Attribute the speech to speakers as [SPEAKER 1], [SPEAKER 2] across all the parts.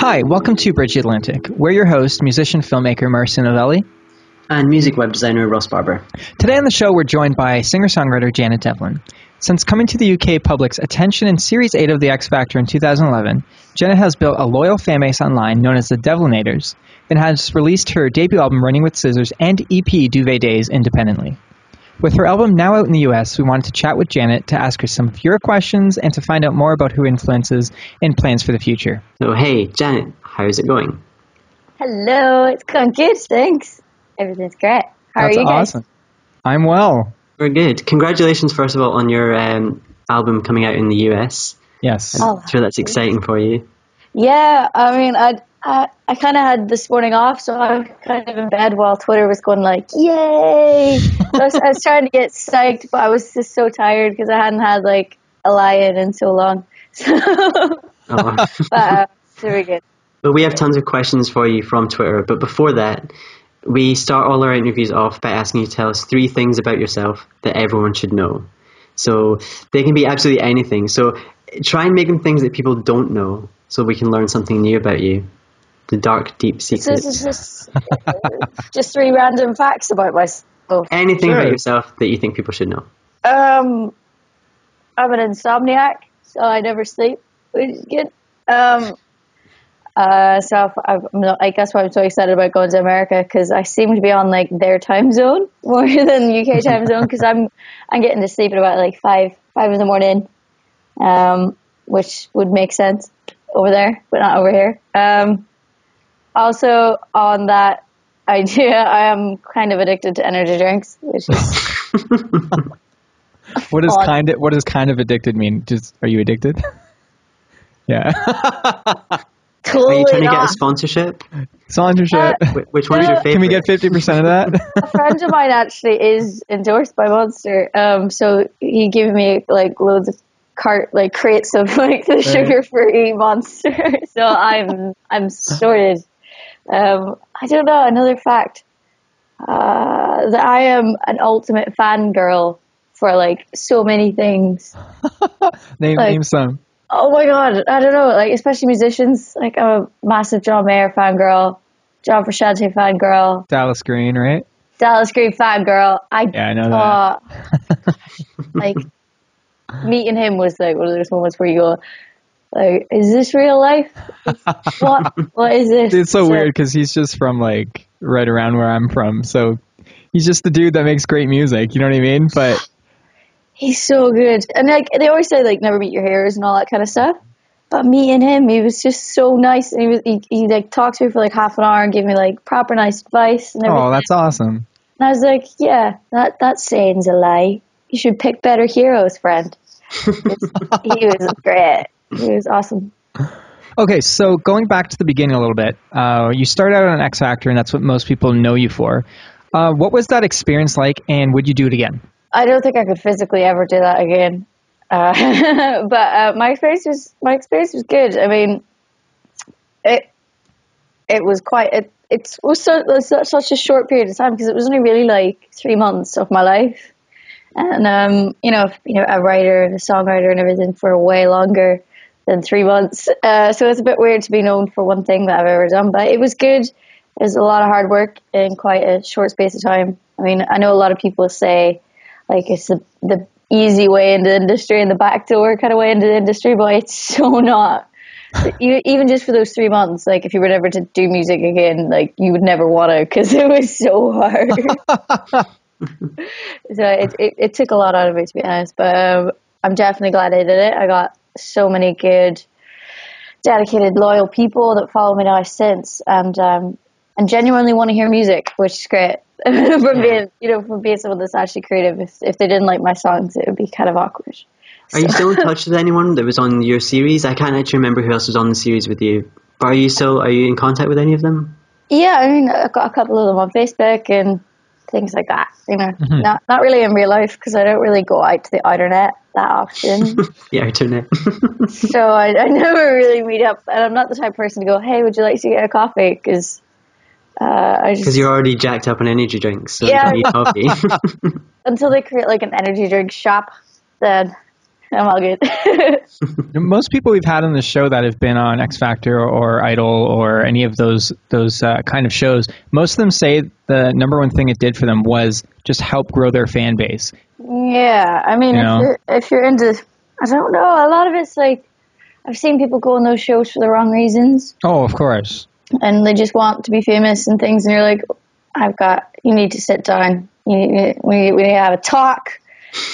[SPEAKER 1] Hi, welcome to Bridge Atlantic. We're your host, musician filmmaker Marcia Novelli.
[SPEAKER 2] and music web designer Ross Barber.
[SPEAKER 1] Today on the show, we're joined by singer songwriter Janet Devlin. Since coming to the UK public's attention in Series 8 of The X Factor in 2011, Janet has built a loyal fan base online known as the Devlinators and has released her debut album Running with Scissors and EP Duvet Days independently. With her album now out in the US, we wanted to chat with Janet to ask her some of your questions and to find out more about her influences and plans for the future.
[SPEAKER 2] So hey, Janet, how's it going?
[SPEAKER 3] Hello, it's going good, thanks. Everything's great. How
[SPEAKER 1] That's
[SPEAKER 3] are you guys?
[SPEAKER 1] awesome. I'm well.
[SPEAKER 2] We're good. Congratulations, first of all, on your um, album coming out in the US.
[SPEAKER 1] Yes.
[SPEAKER 3] Oh,
[SPEAKER 2] I'm sure that's exciting for you.
[SPEAKER 3] Yeah, I mean, I I, I kind of had this morning off, so I was kind of in bed while Twitter was going like, "Yay!" So I, was, I was trying to get psyched, but I was just so tired because I hadn't had like a lion in so long. So,
[SPEAKER 2] Oh.
[SPEAKER 3] but uh, it's really good.
[SPEAKER 2] but we have tons of questions for you from Twitter. But before that, we start all our interviews off by asking you to tell us three things about yourself that everyone should know. So they can be absolutely anything. So try and make them things that people don't know so we can learn something new about you. The dark, deep
[SPEAKER 3] So
[SPEAKER 2] secrets.
[SPEAKER 3] this is just just three random facts about myself.
[SPEAKER 2] anything
[SPEAKER 1] Sure.
[SPEAKER 2] about yourself that you think people should know.
[SPEAKER 3] Um, I'm an insomniac, so I never sleep, which is good. Um, uh, so if- I'm not, I guess why I'm so excited about going to America because I seem to be on like their time zone more than UK time zone because I'm I'm getting to sleep at about like five five in the morning, um, which would make sense over there, but not over here. Um, also on that idea, I am kind of addicted to energy drinks, which is
[SPEAKER 1] What does
[SPEAKER 3] on-
[SPEAKER 1] kind of what does kind of addicted mean? Just are you addicted? yeah.
[SPEAKER 2] Are
[SPEAKER 3] totally
[SPEAKER 2] you trying to get a
[SPEAKER 3] not.
[SPEAKER 2] sponsorship?
[SPEAKER 3] Uh,
[SPEAKER 1] Sponsorship.
[SPEAKER 2] Wh- Which one is your favorite?
[SPEAKER 1] Can we get fifty percent of that?
[SPEAKER 3] a friend of mine actually is endorsed by Monster. Um, so he gave me like loads of cart like crates of like the sugar free Monster. so I'm I'm sorted. Um, I don't know another fact uh, that I am an ultimate fangirl for like so many things.
[SPEAKER 1] name
[SPEAKER 3] Like-
[SPEAKER 1] name some.
[SPEAKER 3] Oh my god, I don't know, like especially musicians. Like I'm a massive John Mayer fangirl, John Frusciante fangirl,
[SPEAKER 1] Dallas Green, right?
[SPEAKER 3] Dallas Green fangirl. I
[SPEAKER 1] Yeah, I know that.
[SPEAKER 3] uh, like meeting him was like one of those moments where you go, like, is this real life? what what is this?
[SPEAKER 1] It's so weird because he's just from like right around where I'm from, so he's just the dude that makes great music. You know what I mean? But
[SPEAKER 3] He's so good, and like they always say, like never meet your heroes and all that kind of stuff. But meeting him, he was just so nice, and he was he, he like talked to me for like half an hour and gave me like proper nice advice and everything.
[SPEAKER 1] oh, that's awesome.
[SPEAKER 3] and I was like, yeah, that that saying's a lie. You should pick better heroes, friend. he was great. He was awesome.
[SPEAKER 1] Okay, so going back to the beginning a little bit, uh, you started out on X Factor, and that's what most people know you for. Uh, what was that experience like, and would you do it again?
[SPEAKER 3] I don't think I could physically ever do that again. Uh, but uh, my experience was my experience was good. I mean, it it was quite it it was so, it was su- such a short period of time because it was only really like three months of my life, and um, you know, if, you know, a writer and a songwriter and everything for way longer than three months. Uh, so it's a bit weird to be known for one thing that I've ever done, but it was good. It was a lot of hard work in quite a short space of time. I mean, I know a lot of people say like it's the, the easy way into the industry and the back door kind of way into the industry, but it's so not. you, even just for those three months, like if you were ever to do music again, like you would never want to because it was so hard. so it, it, it took a lot out of me to be honest, but um, I'm definitely glad I did it. I got so many good, dedicated, loyal people that follow me now since, and um, and genuinely want to hear music, which is great. from being, you know, from being someone that's actually creative. If, if they didn't like my songs, it would be kind of awkward.
[SPEAKER 2] Are you still in touch with anyone that was on your series? I can't actually remember who else was on the series with you. But are you still are you in contact with any of them?
[SPEAKER 3] Yeah, I mean, I've got a couple of them on Facebook and things like that. You know, not not really in real life because I don't really go out to the outer net that often.
[SPEAKER 2] Yeah, I turn it.
[SPEAKER 3] so I, I never really meet up, and I'm not the type of person to go, "Hey, would you like to get a coffee?" Because uh, I
[SPEAKER 2] Because
[SPEAKER 3] just
[SPEAKER 2] you're already jacked up on energy drinks, so
[SPEAKER 3] Yeah.
[SPEAKER 2] you don't need coffee.
[SPEAKER 3] until they create like an energy drink shop, then I'm all good.
[SPEAKER 1] Most people we've had on the show that have been on X Factor or Idol or any of those those uh, kind of shows, most of them say the number one thing it did for them was just help grow their fan base.
[SPEAKER 3] yeah, I mean,
[SPEAKER 1] Yeah.
[SPEAKER 3] if you're if you're into, I don't know, a lot of it's like I've seen people go on those shows for the wrong reasons,
[SPEAKER 1] Oh, of course.
[SPEAKER 3] and they just want to be famous and things, and you're like, I've got, you need to sit down. You need, we need, we need to have a talk.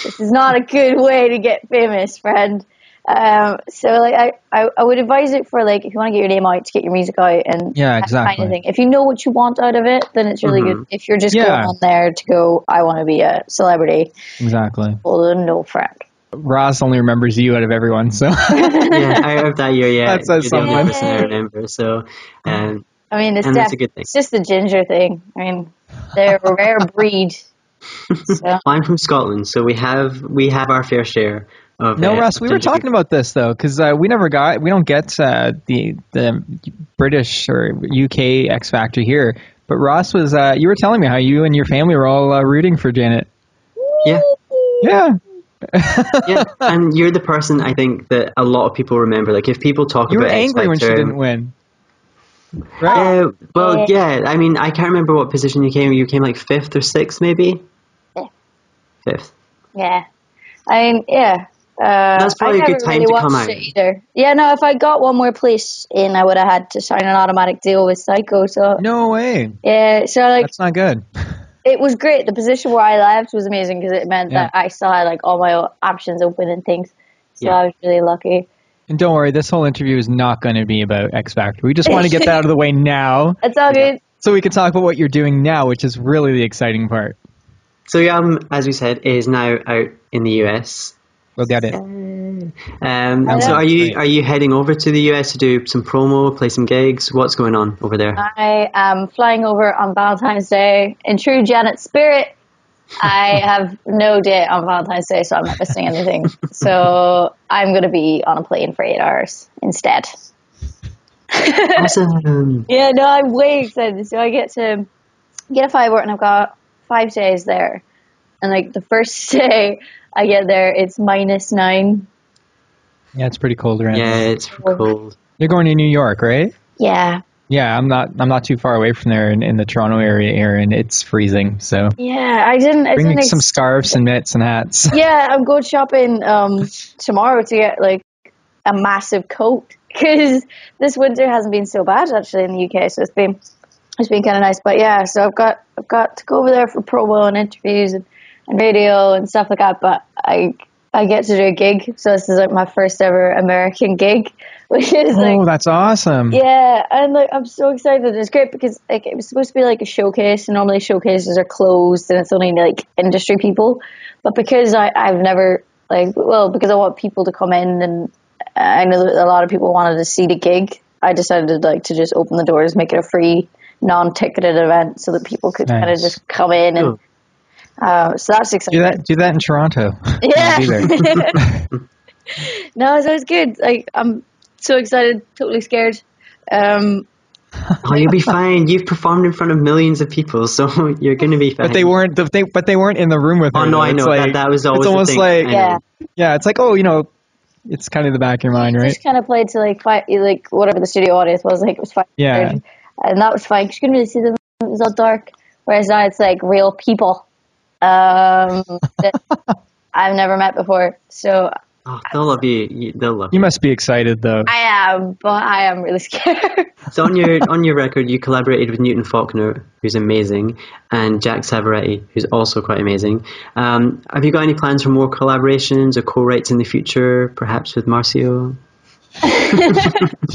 [SPEAKER 3] This is not a good way to get famous, friend. Um, so like I, I, I would advise it for like if you want to get your name out, to get your music out and
[SPEAKER 1] Yeah,
[SPEAKER 3] that kind
[SPEAKER 1] exactly.
[SPEAKER 3] of thing. If you know what you want out of it, then it's really
[SPEAKER 2] Mm-hmm.
[SPEAKER 3] good. If you're just
[SPEAKER 1] Yeah.
[SPEAKER 3] going on there to go, I want to be a celebrity,
[SPEAKER 1] Exactly.
[SPEAKER 3] well then no friend.
[SPEAKER 1] Ross only remembers you out of everyone, so
[SPEAKER 2] yeah, I heard that year. Yeah,
[SPEAKER 1] That says
[SPEAKER 2] you're the
[SPEAKER 1] something.
[SPEAKER 2] only person I remember. So, um,
[SPEAKER 3] I mean, it's
[SPEAKER 2] And that's
[SPEAKER 3] def-
[SPEAKER 2] a good thing.
[SPEAKER 3] It's just the ginger thing. I mean, they're a rare breed. So.
[SPEAKER 2] I'm from Scotland, so we have we have our fair share of.
[SPEAKER 1] No,
[SPEAKER 2] uh,
[SPEAKER 1] Russ,
[SPEAKER 2] of
[SPEAKER 1] we were
[SPEAKER 2] ginger
[SPEAKER 1] talking about this though, because uh, we never got, we don't get uh, the the British or UK X Factor here. But Ross was, uh, you were telling me how you and your family were all uh, rooting for Janet.
[SPEAKER 2] people.
[SPEAKER 1] Yeah,
[SPEAKER 2] Yeah, yeah, and you're the person I think that a lot of people remember. Like if people talk
[SPEAKER 1] you were
[SPEAKER 2] about X
[SPEAKER 1] angry when she
[SPEAKER 2] Factor-
[SPEAKER 1] didn't win.
[SPEAKER 3] Um,
[SPEAKER 1] Right?
[SPEAKER 2] Yeah, Uh, well,
[SPEAKER 3] Yeah.
[SPEAKER 2] yeah. I mean, I can't remember what position you came. You came like fifth or sixth, maybe.
[SPEAKER 3] Fifth.
[SPEAKER 2] Fifth.
[SPEAKER 3] Yeah. I mean, yeah. Uh,
[SPEAKER 2] That's probably
[SPEAKER 3] I
[SPEAKER 2] a good
[SPEAKER 3] never
[SPEAKER 2] time
[SPEAKER 3] really
[SPEAKER 2] to
[SPEAKER 3] watched
[SPEAKER 2] come out.
[SPEAKER 3] it either. Yeah, no, if I got one more place in, I would have had to sign an automatic deal with Psycho. So,
[SPEAKER 1] No way.
[SPEAKER 3] yeah, so like,
[SPEAKER 1] That's not good.
[SPEAKER 3] it was great. The position where I left was amazing because it meant
[SPEAKER 1] Yeah.
[SPEAKER 3] that I still had like all my o- options open and things. So
[SPEAKER 2] Yeah.
[SPEAKER 3] I was really lucky.
[SPEAKER 1] And don't worry, this whole interview is not going to be about X Factor. We just want to get that out of the way now,
[SPEAKER 3] It's all good.
[SPEAKER 1] so we can talk about what you're doing now, which is really the exciting part.
[SPEAKER 2] So your album, as we said, is now out in the US.
[SPEAKER 1] We'll get it.
[SPEAKER 2] Um,
[SPEAKER 3] Oh,
[SPEAKER 2] so
[SPEAKER 3] yeah.
[SPEAKER 2] are you
[SPEAKER 1] Great.
[SPEAKER 2] are you heading over to the US to do some promo, play some gigs? What's going on over there?
[SPEAKER 3] I am flying over on Valentine's Day in true Janet spirit. I have no date on Valentine's Day, so I'm not missing anything. so I'm going to be on a plane for eight hours instead.
[SPEAKER 2] awesome.
[SPEAKER 3] Yeah, no, I'm way excited. So I get to get a five and I've got five days there. And like the first day I get there, it's minus nine.
[SPEAKER 1] Yeah, it's pretty cold around.
[SPEAKER 2] Yeah,
[SPEAKER 1] here.
[SPEAKER 2] it's cold.
[SPEAKER 1] You're going to New York, right?
[SPEAKER 3] Yeah.
[SPEAKER 1] Yeah, I'm not. I'm not too far away from there in, in the Toronto area, Aaron. It's freezing, so
[SPEAKER 3] Yeah, I didn't. I
[SPEAKER 1] bring
[SPEAKER 3] didn't
[SPEAKER 1] me some
[SPEAKER 3] ex-
[SPEAKER 1] scarves and mitts and hats.
[SPEAKER 3] yeah, I'm going shopping um, tomorrow to get like a massive coat because this winter hasn't been so bad actually in the UK. So it's been it's been kind of nice. But yeah, so I've got I've got to go over there for promo and interviews and, and radio and stuff like that. But I I get to do a gig, so this is like my first ever American gig, which is like
[SPEAKER 1] oh, that's awesome!
[SPEAKER 3] yeah, and like I'm so excited. It's great because like it was supposed to be like a showcase, and normally showcases are closed, and it's only like industry people. But because I I've never like well because I want people to come in, and I know that a lot of people wanted to see the gig. I decided like to just open the doors, make it a free, non-ticketed event, so that people could kind of
[SPEAKER 1] Nice.
[SPEAKER 3] just come in, and
[SPEAKER 2] Cool.
[SPEAKER 3] uh, so that's exciting.
[SPEAKER 1] Do that. Do that in Toronto.
[SPEAKER 3] Yeah.
[SPEAKER 1] Be there.
[SPEAKER 3] No, so it's good. Like I'm so excited, totally scared. Um,
[SPEAKER 2] Oh, you'll be fine. You've performed in front of millions of people, so you're going to be fine.
[SPEAKER 1] But they weren't. But they, but they weren't in the room with her.
[SPEAKER 2] Oh no,
[SPEAKER 1] though.
[SPEAKER 2] I
[SPEAKER 1] It's
[SPEAKER 2] know
[SPEAKER 1] like-
[SPEAKER 2] that, that was always
[SPEAKER 1] It's
[SPEAKER 2] the
[SPEAKER 1] almost
[SPEAKER 2] thing.
[SPEAKER 1] like
[SPEAKER 2] I know.
[SPEAKER 3] yeah.
[SPEAKER 1] yeah. It's like oh, you know, it's kind of the back of your mind, right?
[SPEAKER 3] Just kind of played to like five, like whatever the studio audience was. Like it was five.
[SPEAKER 1] Yeah.
[SPEAKER 3] And that was fine. 'cause you couldn't really see them. It was all dark. Whereas now it's like real people um, that I've never met before. So
[SPEAKER 2] Oh, they'll love you. you they'll love
[SPEAKER 1] You
[SPEAKER 2] you.
[SPEAKER 1] must be excited though.
[SPEAKER 3] I am, but I am really scared.
[SPEAKER 2] So on your on your record, you collaborated with Newton Faulkner, who's amazing, and Jack Savaretti, who's also quite amazing. Um, have you got any plans for more collaborations or co-writes in the future, perhaps with Marcio?
[SPEAKER 3] I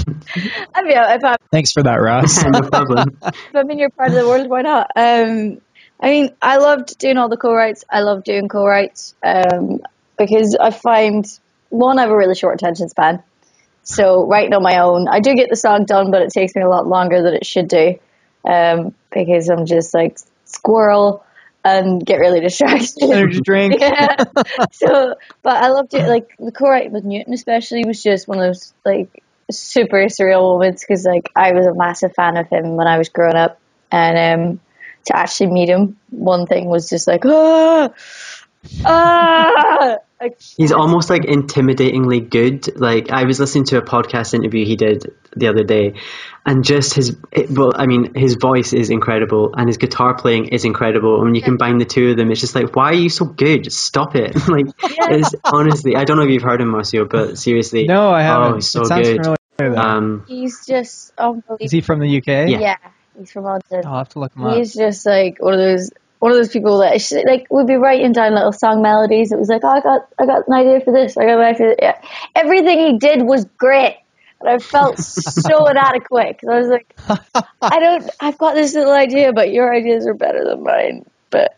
[SPEAKER 3] mean, if I'm,
[SPEAKER 1] Thanks for that, Ross.
[SPEAKER 2] no problem.
[SPEAKER 3] if I'm in your part of the world, why not? Um, I mean, I loved doing all the co-writes. I love doing co-writes um, because I find one, I have a really short attention span. So writing on my own, I do get the song done, but it takes me a lot longer than it should do um, because I'm just like squirrel and get really distracted.
[SPEAKER 1] Energy drink.
[SPEAKER 3] yeah. So, but I loved it. Like the co-write with Newton, especially, was just one of those like super surreal moments because like I was a massive fan of him when I was growing up, and um, to actually meet him, one thing was just like ah, ah, like
[SPEAKER 2] He's almost like intimidatingly good. Like I was listening to a podcast interview he did the other day, and just his it, well, I mean, his voice is incredible, and his guitar playing is incredible. And when you combine the two of them, it's just like, why are you so good? Stop it! like, it's, honestly, I don't know if you've heard him, Marcio, but seriously,
[SPEAKER 1] No, I haven't.
[SPEAKER 2] Oh, he's so
[SPEAKER 1] it sounds
[SPEAKER 2] good.
[SPEAKER 1] familiar. Though.
[SPEAKER 2] Um,
[SPEAKER 3] he's just unbelievable.
[SPEAKER 1] Is he from the UK?
[SPEAKER 3] yeah. he's from London.
[SPEAKER 1] I'll have to look him up.
[SPEAKER 3] He's just like one of those one of those people that it's just, like would be writing down little song melodies. It was like, oh, I got I got an idea for this. I got an idea for this. Yeah. Everything he did was great, and I felt so inadequate 'cause I was like, I don't. I've got this little idea, but your ideas are better than mine. But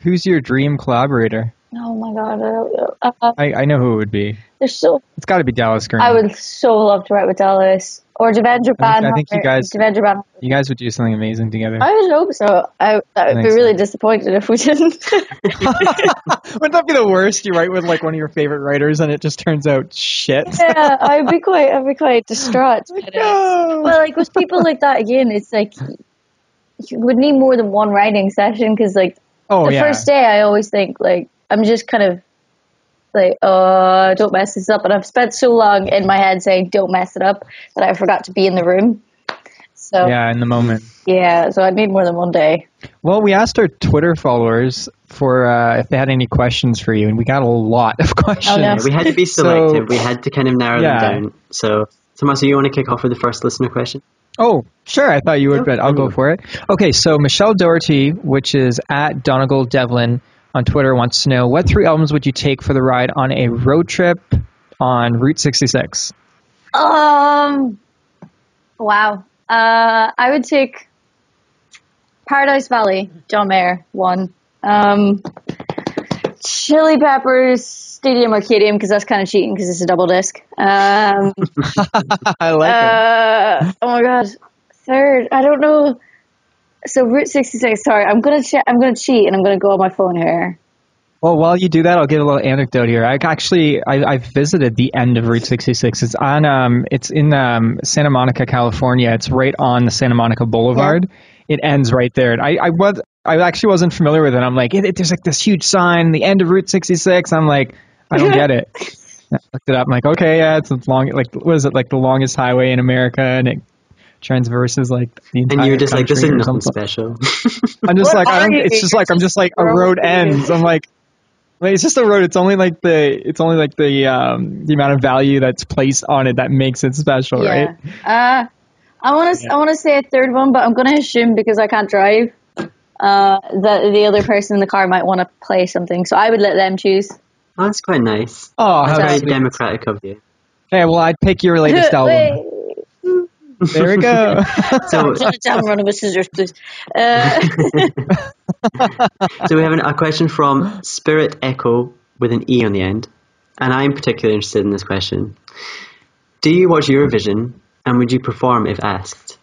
[SPEAKER 1] Who's your dream collaborator?
[SPEAKER 3] oh my god, I don't know. Uh,
[SPEAKER 1] I, I know who it would be.
[SPEAKER 3] there's so
[SPEAKER 1] It's got to be Dallas Green.
[SPEAKER 3] I would so love to write with Dallas or Devendra
[SPEAKER 1] I think-
[SPEAKER 3] Banhart.
[SPEAKER 1] I think you guys-
[SPEAKER 3] Devendra Banhart.
[SPEAKER 1] You guys would do something amazing together.
[SPEAKER 3] I would hope so. I, I would be
[SPEAKER 1] think
[SPEAKER 3] really disappointed if we didn't.
[SPEAKER 1] Wouldn't that be the worst? You write with like one of your favorite writers, and it just turns out shit.
[SPEAKER 3] yeah, I'd be quite, I'd be quite distraught. by that.
[SPEAKER 1] No.
[SPEAKER 3] Well, like with people like that, again, it's like you would need more than one writing session because, like,
[SPEAKER 1] oh
[SPEAKER 3] the
[SPEAKER 1] yeah.
[SPEAKER 3] first day, I always think like I'm just kind of like, oh, don't mess this up, and I've spent so long in my head saying don't mess it up that I forgot to be in the room. So yeah,
[SPEAKER 1] yeah, in the moment.
[SPEAKER 3] so I'd need more than one day.
[SPEAKER 1] Well, we asked our Twitter followers for uh, if they had any questions for you, and we got a lot of questions.
[SPEAKER 3] no.
[SPEAKER 2] we had to be
[SPEAKER 1] So-
[SPEAKER 2] selective. we had to kind of narrow
[SPEAKER 1] Yeah.
[SPEAKER 2] them down. So, Tommaso, you want to kick off with the first listener question?
[SPEAKER 1] Oh, sure. I thought you would, but I'll go for it. Okay, so Michelle Doherty, which is at Donegal Devlin on Twitter, wants to know what three albums would you take for the ride on a road trip on Route 66?
[SPEAKER 3] Um, wow. Uh, I would take Paradise Valley, John Mayer, one. Um, Chili Peppers, Stadium Arcadium, because that's kind of cheating because it's a double disc. Um,
[SPEAKER 1] I like
[SPEAKER 3] uh, oh my god, third. I don't know. So Route 66. Sorry, I'm gonna che- I'm gonna cheat and I'm gonna go on my phone here.
[SPEAKER 1] Well, while you do that, I'll give a little anecdote here. I actually I, I visited the end of Route 66. It's on um it's in um Santa Monica, California. It's right on the Santa Monica Boulevard. It ends right there. And I I was I actually wasn't familiar with it. I'm like, it, it- there's like this huge sign, the end of Route 66. I'm like, I don't get it. I looked it up. I'm like, okay, yeah, it's the long like what is it like the longest highway in America, and it transverses like the entire.
[SPEAKER 2] And you were just like, this is
[SPEAKER 1] country or
[SPEAKER 2] nothing
[SPEAKER 1] something.
[SPEAKER 2] special.
[SPEAKER 1] I'm just
[SPEAKER 3] What
[SPEAKER 1] like I
[SPEAKER 3] are
[SPEAKER 1] don't. It's
[SPEAKER 3] you?
[SPEAKER 1] just like I'm just like a
[SPEAKER 3] You're
[SPEAKER 1] road
[SPEAKER 3] overrated.
[SPEAKER 1] ends. I'm like, like it's just a road. It's only like the it's only like the um the amount of value that's placed on it that makes it special, right?
[SPEAKER 3] Uh, I want to I want to say a third one, but I'm going to assume because I can't drive uh, that the other person in the car might want to play something. So I would let them choose.
[SPEAKER 2] oh, that's quite nice.
[SPEAKER 1] Oh, how
[SPEAKER 2] Very
[SPEAKER 1] sweet.
[SPEAKER 2] democratic of you.
[SPEAKER 1] okay. Well, I'd pick your latest album.
[SPEAKER 3] Wait.
[SPEAKER 1] There we go.
[SPEAKER 2] So,
[SPEAKER 3] Just down run with scissors, please. Uh,
[SPEAKER 2] So we have an, a question from Spirit Echo with an E on the end, and I'm particularly interested in this question. Do you watch Eurovision, and would you perform if asked?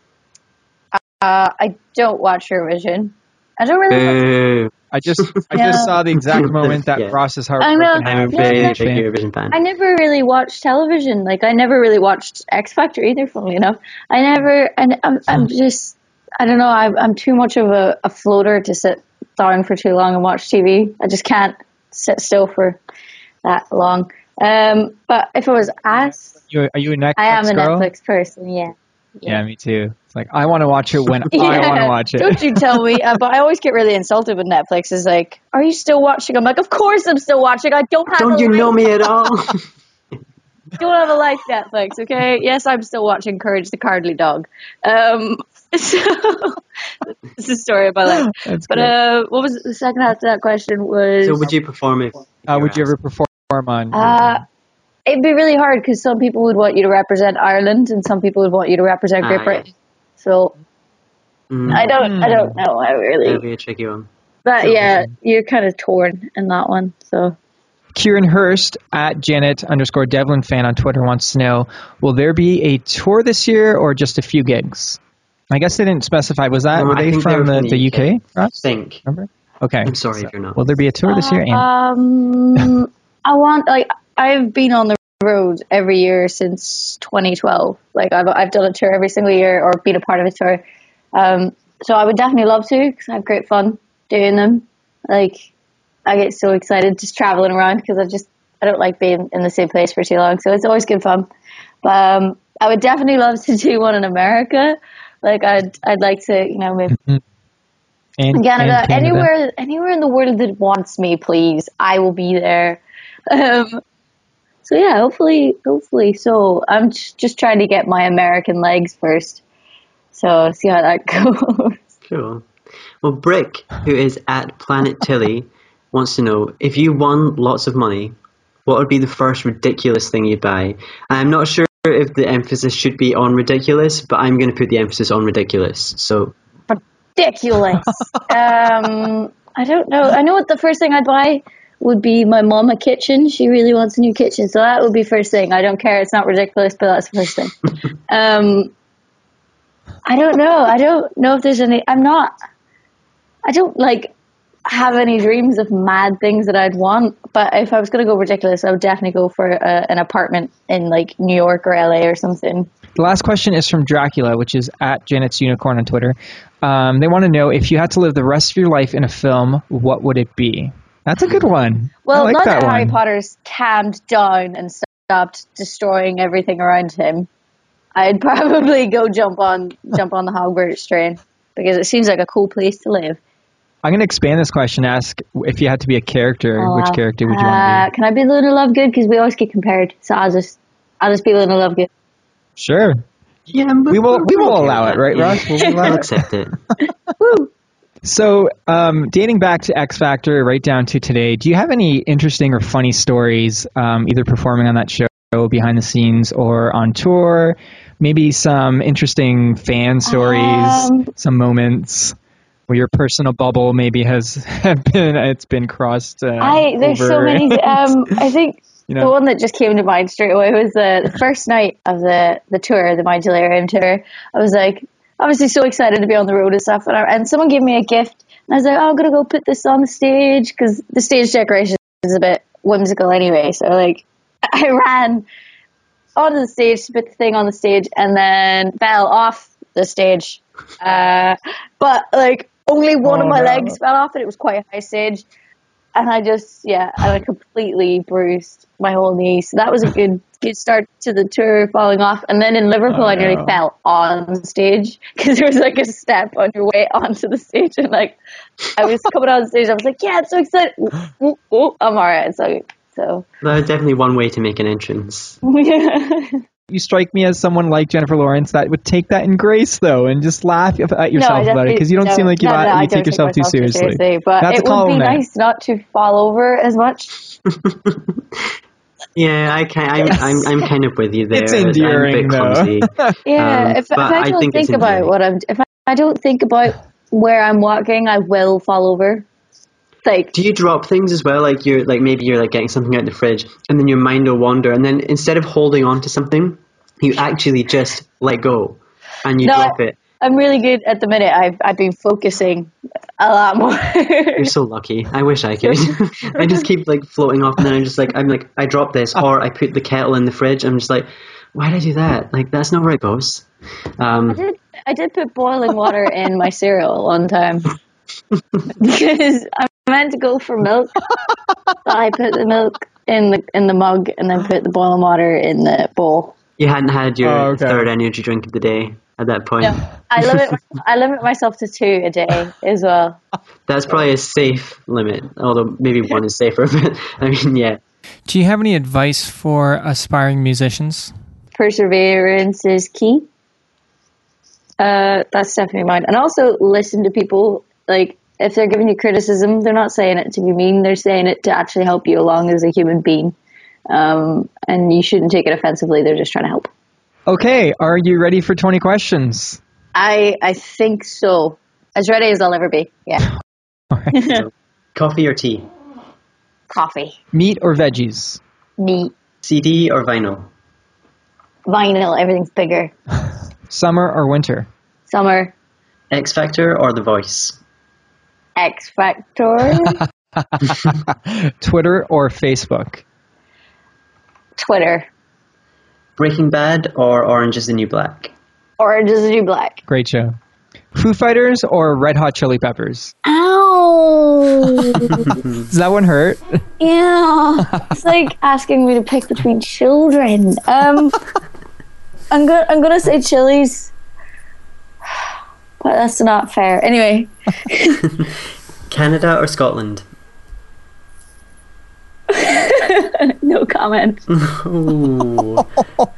[SPEAKER 3] uh, I don't watch Eurovision. I don't really.
[SPEAKER 2] Boo!
[SPEAKER 1] I just I
[SPEAKER 3] Yeah.
[SPEAKER 1] just saw the exact moment that
[SPEAKER 2] Yeah.
[SPEAKER 1] Ross's heart.
[SPEAKER 3] I know.
[SPEAKER 2] I'm a
[SPEAKER 3] No,
[SPEAKER 2] very
[SPEAKER 3] no.
[SPEAKER 2] big Eurovision fan.
[SPEAKER 3] I never really watched television. Like I never really watched X Factor either. Funnily enough, I never. And I'm, I'm just. I don't know. I'm, I'm too much of a, a floater to sit down for too long and watch TV. I just can't sit still for that long. Um, but if I was asked,
[SPEAKER 1] You, are you a Netflix
[SPEAKER 3] I am a
[SPEAKER 1] girl?
[SPEAKER 3] Netflix person. Yeah.
[SPEAKER 1] Yeah, me too. It's like I want to watch it when I
[SPEAKER 3] Yeah,
[SPEAKER 1] want to watch it.
[SPEAKER 3] Don't you tell me. Uh, but I always get really insulted with Netflix. Is like, are you still watching? I'm like, of course I'm still watching. I don't have.
[SPEAKER 2] Don't
[SPEAKER 3] a
[SPEAKER 2] you
[SPEAKER 3] life.
[SPEAKER 2] know me at all?
[SPEAKER 3] don't have a life Netflix, okay? Yes, I'm still watching Courage the Cowardly Dog. Um, so it's a story about that.
[SPEAKER 1] That's
[SPEAKER 3] But
[SPEAKER 1] great.
[SPEAKER 3] uh, what was the second half to that question was
[SPEAKER 2] so would you perform if?
[SPEAKER 1] Uh,
[SPEAKER 2] you
[SPEAKER 1] would
[SPEAKER 2] were
[SPEAKER 1] you ever
[SPEAKER 2] asked?
[SPEAKER 1] perform on?
[SPEAKER 3] uh, it'd be really hard because some people would want you to represent Ireland and some people would want you to represent Great
[SPEAKER 2] Ah,
[SPEAKER 3] Britain.
[SPEAKER 2] yes.
[SPEAKER 3] So
[SPEAKER 2] Mm,
[SPEAKER 3] I don't, I don't know. I
[SPEAKER 2] that'll
[SPEAKER 3] really,
[SPEAKER 2] be a tricky one.
[SPEAKER 3] but yeah, you're kind of torn in that one. So
[SPEAKER 1] Kieran Hurst at Janet underscore Devlin fan on Twitter wants to know Will there be a tour this year or just a few gigs? I guess they didn't specify. Was that
[SPEAKER 2] No,
[SPEAKER 1] were
[SPEAKER 2] I
[SPEAKER 1] they
[SPEAKER 2] think
[SPEAKER 1] from,
[SPEAKER 2] they were
[SPEAKER 1] the,
[SPEAKER 2] from the
[SPEAKER 1] the UK?
[SPEAKER 2] I
[SPEAKER 1] Ross?
[SPEAKER 2] think.
[SPEAKER 1] Remember? Okay.
[SPEAKER 2] I'm sorry if you're not.
[SPEAKER 1] Will there be a tour this year? And
[SPEAKER 3] Uh, um, I want like I've been on the road every year since 2012. Like I've I've done a tour every single year or been a part of a tour. Um, so I would definitely love to because I have great fun doing them. Like I get so excited just traveling around because I just I don't like being in the same place for too long. So it's always good fun. But um, I would definitely love to do one in America. Like I'd I'd like to you know maybe
[SPEAKER 1] and-
[SPEAKER 3] Canada,
[SPEAKER 1] and
[SPEAKER 3] anywhere, anywhere in the world that wants me, please. I will be there. Um, so yeah, hopefully, hopefully. So I'm just, just trying to get my American legs first. So see how that goes.
[SPEAKER 2] Cool. Well, Brick, who is at Planet Tilly, wants to know if you won lots of money, what would be the first ridiculous thing you'd buy? I'm not sure if the emphasis should be on ridiculous, but I'm going to put the emphasis on ridiculous. So,
[SPEAKER 3] Ridiculous. um, I don't know. I know what the first thing I'd buy would be my mom a kitchen. She really wants a new kitchen, so that would be first thing. I don't care. It's not ridiculous, but that's the first thing. um, I don't know. I don't know if there's any. I'm not. I don't like have any dreams of mad things that I'd want. But if I was going to go ridiculous, I would definitely go for uh an apartment in like New York or LA or something.
[SPEAKER 1] The last question is from Dracula, which is at Janet's Unicorn on Twitter. Um, they want to know if you had to live the rest of your life in a film, what would it be? That's a good one.
[SPEAKER 3] Well,
[SPEAKER 1] I like
[SPEAKER 3] not
[SPEAKER 1] that
[SPEAKER 3] that, Harry
[SPEAKER 1] one.
[SPEAKER 3] Potter's calmed down and stopped destroying everything around him. I'd probably go jump on jump on the Hogwarts train because it seems like a cool place to live.
[SPEAKER 1] I'm going to expand this question. and Ask if you had to be a character,
[SPEAKER 3] Oh,
[SPEAKER 1] which
[SPEAKER 3] wow.
[SPEAKER 1] character would you
[SPEAKER 3] uh,
[SPEAKER 1] want to be?
[SPEAKER 3] Can I be Luna Lovegood? Because we always get compared. So I'll just I'll just be Luna Lovegood.
[SPEAKER 1] Sure,
[SPEAKER 2] yeah,
[SPEAKER 1] we will. We will allow it, right,
[SPEAKER 2] Ross?
[SPEAKER 1] Ross? Will we allow
[SPEAKER 2] I'll
[SPEAKER 1] it?
[SPEAKER 2] accept it.
[SPEAKER 3] Woo!
[SPEAKER 1] So, um, dating back to X Factor, right down to today, do you have any interesting or funny stories, um, either performing on that show behind the scenes or on tour? Maybe some interesting fan stories,
[SPEAKER 3] Um,
[SPEAKER 1] some moments where your personal bubble maybe has have been it's been crossed. Uh,
[SPEAKER 3] I there's so
[SPEAKER 1] over.
[SPEAKER 3] many. Um, I think
[SPEAKER 1] You
[SPEAKER 3] the
[SPEAKER 1] know.
[SPEAKER 3] one that just came to mind straight away was the, the first night of the the tour, the Modularium tour. I was like, obviously, so excited to be on the road and stuff. And, I, and someone gave me a gift, and I was like, oh, I'm gonna go put this on the stage because the stage decoration is a bit whimsical anyway. So like, I ran onto the stage to put the thing on the stage, and then fell off the stage. Uh, but like, only one
[SPEAKER 1] Oh,
[SPEAKER 3] of my
[SPEAKER 1] no.
[SPEAKER 3] legs fell off, and it was quite a high stage and I just yeah, I like completely bruised my whole knee. So that was a good good start to the tour, falling off, and then in Liverpool,
[SPEAKER 1] Oh,
[SPEAKER 3] I nearly
[SPEAKER 1] no.
[SPEAKER 3] fell on stage because there was like a step on your way onto the stage, and like I was coming on stage, I was like, yeah, I'm so excited, Ooh, ooh, ooh, I'm alright. So so
[SPEAKER 2] That was definitely one way to make an entrance.
[SPEAKER 1] You strike me as someone like Jennifer Lawrence that would take that in grace, though, and just laugh at yourself about it because you don't
[SPEAKER 3] no,
[SPEAKER 1] seem like you,
[SPEAKER 3] no,
[SPEAKER 1] buy-
[SPEAKER 3] no, I
[SPEAKER 1] you
[SPEAKER 3] don't
[SPEAKER 1] take yourself too
[SPEAKER 3] myself
[SPEAKER 1] seriously.
[SPEAKER 3] but
[SPEAKER 1] That's
[SPEAKER 3] it
[SPEAKER 1] a
[SPEAKER 3] would be
[SPEAKER 1] compliment.
[SPEAKER 3] nice not to fall over as much.
[SPEAKER 2] Yeah, I can, I'm, I'm, I'm kind of with you there.
[SPEAKER 1] It's
[SPEAKER 2] I'm a bit
[SPEAKER 1] endearing, though.
[SPEAKER 2] clumsy.
[SPEAKER 3] Yeah,
[SPEAKER 2] Um,
[SPEAKER 3] if, if
[SPEAKER 2] but
[SPEAKER 3] I
[SPEAKER 2] I
[SPEAKER 3] don't
[SPEAKER 2] think it's
[SPEAKER 3] think, about
[SPEAKER 2] endearing.
[SPEAKER 3] what I'm, if I, I don't think about where I'm walking, I will fall over. Like,
[SPEAKER 2] Do you drop things as well? Like you're like maybe you're like getting something out of the fridge, and then your mind will wander, and then instead of holding on to something, you actually just let go, and you
[SPEAKER 3] No,
[SPEAKER 2] drop it.
[SPEAKER 3] I'm really good at the minute. I've I've been focusing a lot more.
[SPEAKER 2] You're so lucky. I wish I could. I just keep like floating off, and then I'm just like I'm like I drop this, or I put the kettle in the fridge. I'm just like, why did I do that? Like that's not where it goes.
[SPEAKER 3] I
[SPEAKER 2] Um,
[SPEAKER 3] did I did put boiling water in my cereal one time because I meant to go for milk, but I put the milk in the in the mug and then put the boiling water in the bowl.
[SPEAKER 2] you hadn't had your
[SPEAKER 1] Oh, okay.
[SPEAKER 2] third energy drink of the day at that point.
[SPEAKER 3] No, I limit I limit myself to two a day as well.
[SPEAKER 2] That's probably a safe limit, although maybe one is safer. But I mean, yeah.
[SPEAKER 1] Do you have any advice for aspiring musicians?
[SPEAKER 3] perseverance is key. Uh, that's definitely mine. And also listen to people. Like if they're giving you criticism, they're not saying it to be mean. They're saying it to actually help you along as a human being. um, and you shouldn't take it offensively. They're just trying to help.
[SPEAKER 1] Okay, are you ready for 20 questions?
[SPEAKER 3] I I think so. As ready as I'll ever be. Yeah.
[SPEAKER 1] All right.
[SPEAKER 2] Coffee or tea?
[SPEAKER 3] Coffee,
[SPEAKER 1] Meat or veggies?
[SPEAKER 3] meat,
[SPEAKER 2] CD or vinyl?
[SPEAKER 3] vinyl. Everything's bigger.
[SPEAKER 1] Summer or winter?
[SPEAKER 3] Summer.
[SPEAKER 2] X Factor or The Voice?
[SPEAKER 3] X Factor.
[SPEAKER 1] Twitter or Facebook?
[SPEAKER 3] Twitter.
[SPEAKER 2] Breaking Bad or Orange is the New Black?
[SPEAKER 3] Orange is the new black.
[SPEAKER 1] Great show. Foo Fighters or Red Hot Chili Peppers?
[SPEAKER 4] Ow!
[SPEAKER 1] Does that one hurt?
[SPEAKER 4] Ew. It's like asking me to pick between children. Um, I'm gonna I'm gonna say chilies, but that's not fair. Anyway,
[SPEAKER 2] Canada or Scotland?
[SPEAKER 4] no comment.
[SPEAKER 2] Ooh.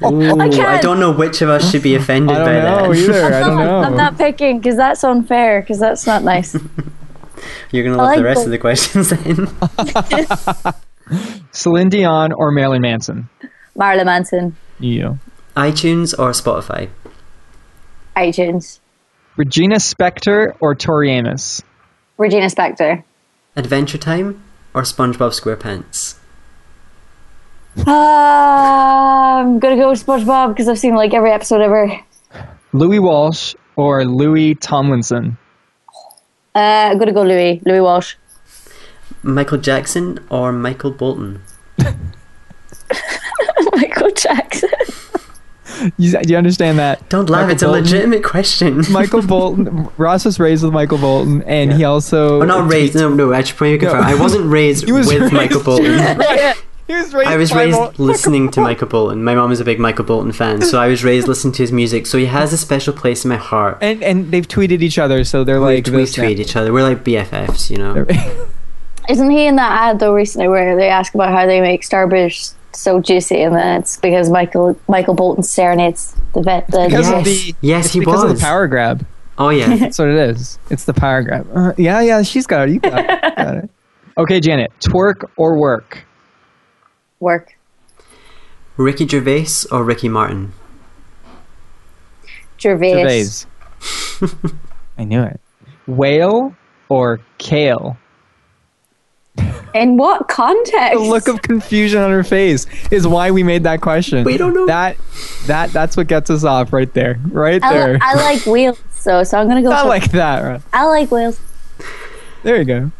[SPEAKER 2] Ooh, I,
[SPEAKER 4] can't.
[SPEAKER 2] don't know which of us should be offended by that.
[SPEAKER 1] either. I don't
[SPEAKER 4] I'm not picking because that's unfair. Because that's not nice.
[SPEAKER 2] You're going to love the
[SPEAKER 4] like
[SPEAKER 2] rest
[SPEAKER 4] the-
[SPEAKER 2] of the questions then.
[SPEAKER 1] Celine Dion or Marilyn Manson?
[SPEAKER 4] Marilyn Manson,
[SPEAKER 1] You.
[SPEAKER 2] iTunes or Spotify?
[SPEAKER 3] iTunes.
[SPEAKER 1] Regina Spektor or Tori Amos?
[SPEAKER 3] Regina Spektor.
[SPEAKER 2] Adventure Time or SpongeBob SquarePants?
[SPEAKER 4] uh, I'm gonna go with SpongeBob because I've seen like every episode ever.
[SPEAKER 1] Louis Walsh or Louis Tomlinson?
[SPEAKER 3] Uh, I'm gonna go Louis. Louis Walsh.
[SPEAKER 2] Michael Jackson or Michael Bolton?
[SPEAKER 4] Michael Jackson.
[SPEAKER 1] You, do you understand that?
[SPEAKER 2] Don't laugh,
[SPEAKER 1] Michael
[SPEAKER 2] it's a
[SPEAKER 1] Bolton?
[SPEAKER 2] legitimate question.
[SPEAKER 1] Michael Bolton. Ross was raised with Michael Bolton, and he also.
[SPEAKER 2] Well, not raised. No, no. I should probably confirm. I wasn't raised
[SPEAKER 1] was
[SPEAKER 2] with
[SPEAKER 1] raised-
[SPEAKER 2] Michael Bolton.
[SPEAKER 1] He was raised.
[SPEAKER 2] I was
[SPEAKER 1] by Bol-
[SPEAKER 2] raised listening to Michael Bolton. My mom is a big Michael Bolton fan, so I was raised listening to his music. So he has a special place in my heart.
[SPEAKER 1] and and they've tweeted each other, so they're
[SPEAKER 2] We
[SPEAKER 1] like
[SPEAKER 2] tweet,
[SPEAKER 1] this now.
[SPEAKER 2] tweet each other. We're like BFFs, you know.
[SPEAKER 4] Isn't he in that ad though recently where they ask about how they make Starburst so juicy and then it's because Michael Michael Bolton serenades the vet the
[SPEAKER 1] Because
[SPEAKER 2] Yes.
[SPEAKER 1] of the
[SPEAKER 2] Yes,
[SPEAKER 1] it's
[SPEAKER 2] he
[SPEAKER 1] because of
[SPEAKER 2] was.
[SPEAKER 1] the power grab.
[SPEAKER 2] Oh yeah.
[SPEAKER 1] That's what it is. It's the power grab. Uh, yeah, yeah, she's got it. You got it. You got it. Okay, Janet, twerk or work?
[SPEAKER 3] Work.
[SPEAKER 2] Ricky Gervais or Ricky Martin?
[SPEAKER 3] Gervais.
[SPEAKER 1] Gervais. I knew it. Whale or kale?
[SPEAKER 4] In what
[SPEAKER 1] The
[SPEAKER 4] context?
[SPEAKER 1] look of confusion on her face is why we made that question.
[SPEAKER 2] We don't know.
[SPEAKER 1] That that that's what gets us off right there. Right
[SPEAKER 4] I,
[SPEAKER 1] there.
[SPEAKER 4] li- I like wheels so so I'm gonna go
[SPEAKER 1] Not
[SPEAKER 4] for,
[SPEAKER 1] like that. Right?
[SPEAKER 4] I like wheels.
[SPEAKER 1] There you go.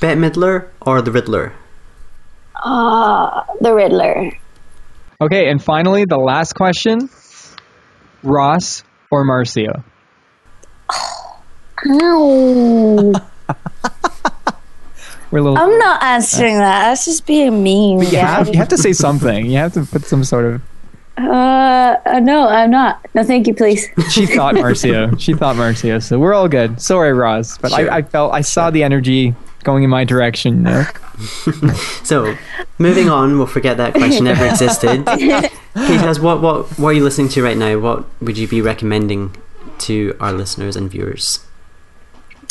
[SPEAKER 2] Bette Midler or the Riddler?
[SPEAKER 4] Ah, The Riddler.
[SPEAKER 1] Okay, and finally the last question. Ross or Marcio?
[SPEAKER 4] Ow.
[SPEAKER 1] We're a little
[SPEAKER 4] I'm not answering that. That's just being mean.
[SPEAKER 1] you have, you have to say something. You have to put some sort of.
[SPEAKER 4] Uh, uh, no, I'm not. No, thank you, please.
[SPEAKER 1] She thought Marcio. She thought Marcio. So we're all good. Sorry, Roz, but
[SPEAKER 2] Sure.
[SPEAKER 1] I, I felt I saw the energy going in my direction. you know?
[SPEAKER 2] So, moving on, we'll forget that question never existed. Kate, has what what what are you listening to right now? What would you be recommending to our listeners and viewers?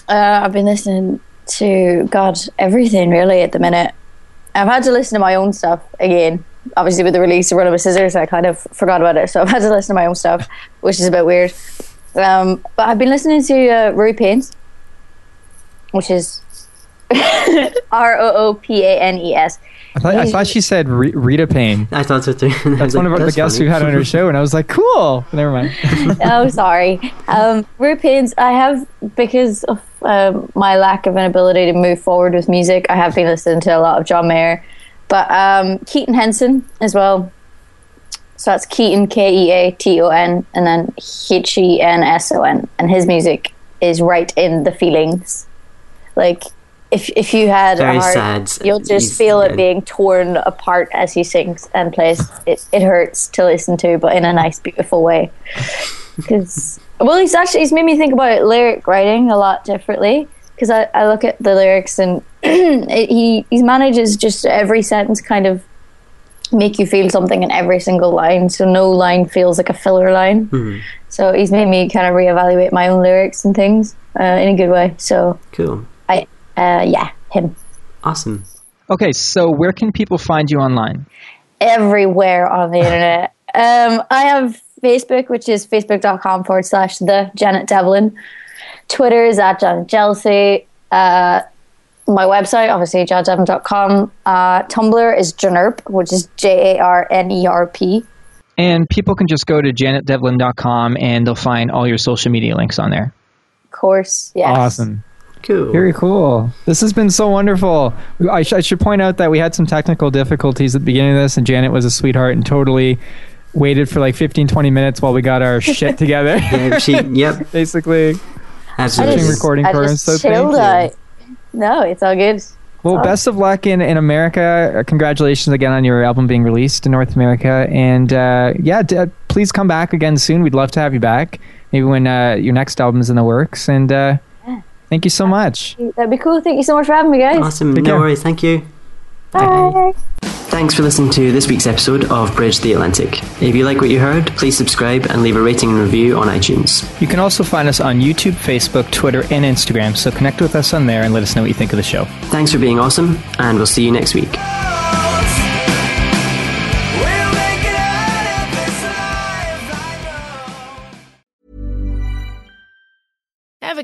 [SPEAKER 4] Uh, I've been listening to God everything really at the minute. I've had to listen to my own stuff again. Obviously, with the release of Run Over Scissors, I kind of forgot about it, so I've had to listen to my own stuff, which is a bit weird. Um, but I've been listening to uh, Rory Paynes, which is R O O P A N E S.
[SPEAKER 1] I thought, I thought she said Ri- Rita Payne.
[SPEAKER 2] I thought so too.
[SPEAKER 1] That's one of the guests we had on her show, and I was like, cool. Never mind.
[SPEAKER 4] oh, sorry. Um, Root Pains, I have, because of um, my lack of an ability to move forward with music, I have been listening to a lot of John Mayer, but um, Keaton Henson as well. So that's Keaton, K E A T O N, and then H E N S O N. And his music is right in the feelings. Like, if, if you had
[SPEAKER 2] Very
[SPEAKER 4] a heart,
[SPEAKER 2] sad.
[SPEAKER 4] you'll just
[SPEAKER 2] He's-
[SPEAKER 4] feel
[SPEAKER 2] yeah.
[SPEAKER 4] it being torn apart as he sings and plays. It, it hurts to listen to, but in a nice, beautiful way. Because well, he's actually he's made me think about lyric writing a lot differently. Because I, I look at the lyrics and it, he he manages just every sentence kind of make you feel something in every single line. So no line feels like a filler line. So he's made me kind of reevaluate my own lyrics and things uh, in a good way. So
[SPEAKER 2] Cool.
[SPEAKER 4] I uh, yeah him.
[SPEAKER 2] Awesome.
[SPEAKER 1] Okay, so where can people find you online?
[SPEAKER 4] everywhere on the internet. Um, I have Facebook, which is facebook.com forward slash the Janet Devlin. Twitter is at Janet Jealousy. Uh, my website, obviously, janetdevlin.com. Uh, Tumblr is Janerp, which is J A R N E R P.
[SPEAKER 1] And people can just go to janetdevlin.com and they'll find all your social media links on there.
[SPEAKER 4] Of course, yes.
[SPEAKER 1] Awesome.
[SPEAKER 2] Cool.
[SPEAKER 1] Very cool. This has been so wonderful. I, sh- I should point out that we had some technical difficulties at the beginning of this, and Janet was a sweetheart and totally waited for like 15, 20 minutes while we got our shit together.
[SPEAKER 2] Yeah, she, yep,
[SPEAKER 1] Basically,
[SPEAKER 2] absolutely.
[SPEAKER 1] Touching recording
[SPEAKER 4] I
[SPEAKER 1] for
[SPEAKER 4] just
[SPEAKER 1] us, so thank
[SPEAKER 4] chilled
[SPEAKER 1] you.
[SPEAKER 4] out. No, it's all good.
[SPEAKER 1] Well, best of luck in, in America. Uh, Congratulations again on your album being released in North America. And uh, yeah, d- uh, please come back again soon. We'd love to have you back. Maybe when uh, your next album's in the works. And uh, thank you so much.
[SPEAKER 4] That'd be cool. Thank you so much for having me, guys.
[SPEAKER 2] Awesome.
[SPEAKER 1] Take
[SPEAKER 2] no
[SPEAKER 1] care.
[SPEAKER 2] worries. Thank you.
[SPEAKER 4] Bye.
[SPEAKER 2] Thanks for listening to this week's episode of Bridge the Atlantic. If you like what you heard, please subscribe and leave a rating and review on iTunes.
[SPEAKER 1] You can also find us on YouTube, Facebook, Twitter, and Instagram. So connect with us on there and let us know what you think of the show.
[SPEAKER 2] Thanks for being awesome, and we'll see you next week.
[SPEAKER 5] We'll make it out of this alive, I know.
[SPEAKER 6] Ever